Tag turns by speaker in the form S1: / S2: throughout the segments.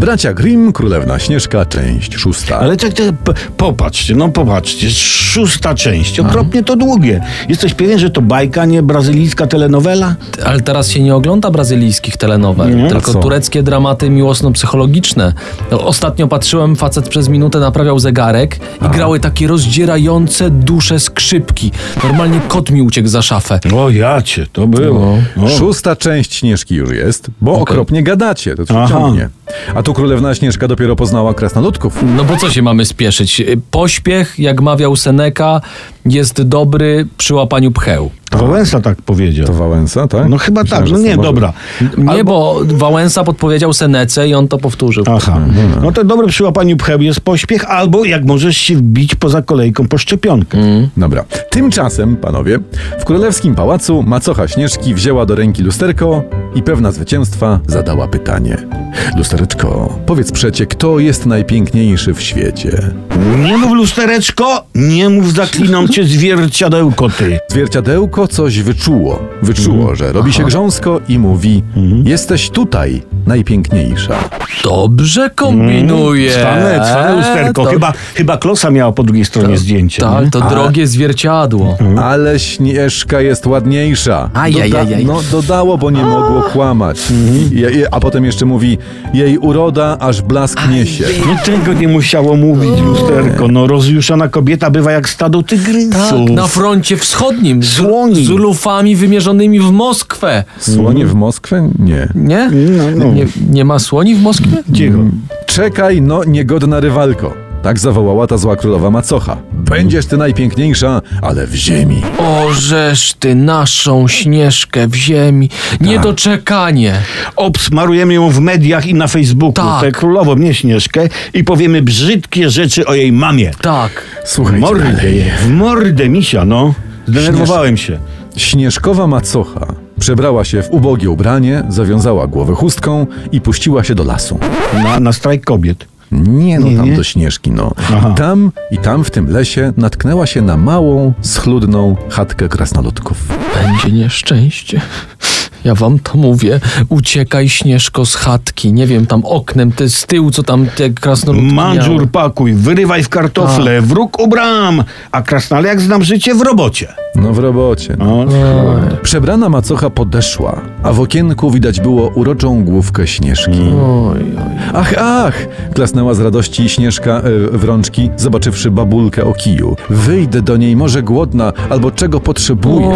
S1: Bracia Grimm, Królewna Śnieżka, część szósta.
S2: Ale tak, tak p- popatrzcie, no popatrzcie, szósta część, okropnie to długie. Jesteś pewien, że to bajka, nie brazylijska telenowela?
S3: Ale teraz się nie ogląda brazylijskich telenowel,
S2: Nie?
S1: A
S3: tylko
S1: co?
S3: tureckie dramaty miłosno-psychologiczne. No, Ostatnio patrzyłem, facet przez minutę naprawiał zegarek i grały takie rozdzierające duszę skrzypki. Normalnie kot mi uciekł za szafę.
S1: No,
S2: O jacie, to było. O.
S1: Szósta część Śnieżki już jest, bo okropnie gadacie, to
S2: Aha.
S1: się ciągnie. A tu Królewna Śnieżka dopiero poznała krasnoludków.
S3: No bo co się mamy spieszyć? Y, Pośpiech, jak mawiał Seneca, jest dobry przy łapaniu pcheł.
S2: Wałęsa tak powiedział.
S1: To Wałęsa, tak?
S2: No chyba
S1: Myślałem,
S2: tak,
S1: że
S2: no nie,
S1: Soborze.
S2: dobra.
S3: Nie, bo Wałęsa podpowiedział Senece i on to powtórzył.
S2: Aha,
S1: Mhm.
S2: no to dobre przy łapaniu pcheł jest pośpiech, albo jak możesz się wbić poza kolejką po szczepionkę.
S1: Mhm. Dobra. Tymczasem, panowie, w królewskim pałacu macocha Śnieżki wzięła do ręki lusterko i pewna zwycięstwa zadała pytanie. Lustereczko, powiedz przecie, kto jest najpiękniejszy w świecie?
S2: Nie mów lustereczko, nie mów zaklinam cię zwierciadełko ty.
S1: Zwierciadełko coś wyczuło. Wyczuło, że robi się grząsko i mówi: Jesteś tutaj najpiękniejsza.
S3: Dobrze kombinuje.
S2: Cwane, cwane Mm, lusterko,
S3: To-
S2: chyba, chyba klosa miała po drugiej stronie zdjęcia. nie?
S3: Tak, to drogie zwierciadło.
S1: Ale śnieżka jest ładniejsza.
S3: Ajajajaj.
S1: no, dodało, bo nie mogło kłamać. I, i, a potem jeszcze mówi: Jej uroda aż blask niesie.
S2: No tego nie musiało mówić lusterko. No rozjuszona kobieta bywa jak stado tygrysów.
S3: Tak, na froncie wschodnim. Z,
S2: Słoni.
S3: z lufami wymierzonymi w Moskwę.
S1: Słonie w Moskwę? Nie.
S3: Nie? Nie, nie ma słoni w Moskwie?
S2: Cicho.
S1: Czekaj, no, niegodna rywalko. Tak zawołała ta zła królowa macocha. Będziesz ty najpiękniejsza, ale w ziemi.
S3: Orzesz ty naszą śnieżkę w ziemi. Niedoczekanie.
S2: Obsmarujemy ją w mediach i na Facebooku.
S3: Tak.
S2: Tę królową mnie Śnieżkę i powiemy brzydkie rzeczy o jej mamie.
S3: Tak.
S2: W
S1: Słuchajcie,
S2: mordę
S1: dalej.
S2: jej. W mordę misia, no. Zdenerwowałem się.
S1: Śnieżkowa macocha przebrała się w ubogie ubranie, zawiązała głowę chustką i puściła się do lasu.
S2: Na, na strajk kobiet.
S1: Nie no, tam
S2: nie?
S1: do Śnieżki, no.
S2: Aha.
S1: I tam, i tam w tym lesie natknęła się na małą, schludną chatkę krasnoludków.
S3: Będzie nieszczęście. Ja wam to mówię. Uciekaj, Śnieżko, z chatki. Nie wiem, tam oknem, te z tyłu, co tam te krasnoludki miały.
S2: Mandżur pakuj, wyrywaj w kartofle,
S3: Tak.
S2: wróg u bram, a krasnale jak znam życie w robocie.
S1: No w robocie. No.
S2: No.
S1: Przebrana macocha podeszła, a w okienku widać było uroczą główkę Śnieżki.
S2: No.
S3: Oj,
S1: Ach, ach! Klasnęła z radości Śnieżka e, w rączki, zobaczywszy babulkę o kiju. Wyjdę do niej, może głodna, albo czego
S3: oj,
S1: potrzebuje.
S3: oj.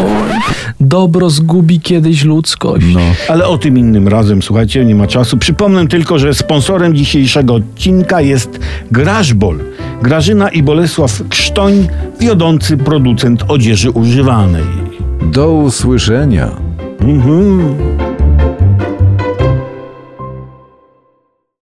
S3: Dobro zgubi kiedyś ludzkość.
S1: No.
S2: Ale o tym innym razem, słuchajcie, nie ma czasu. Przypomnę tylko, że sponsorem dzisiejszego odcinka jest Grażbol. Grażyna i Bolesław Krztoń, wiodący producent odzieży używanej.
S1: Do usłyszenia.
S2: Mhm.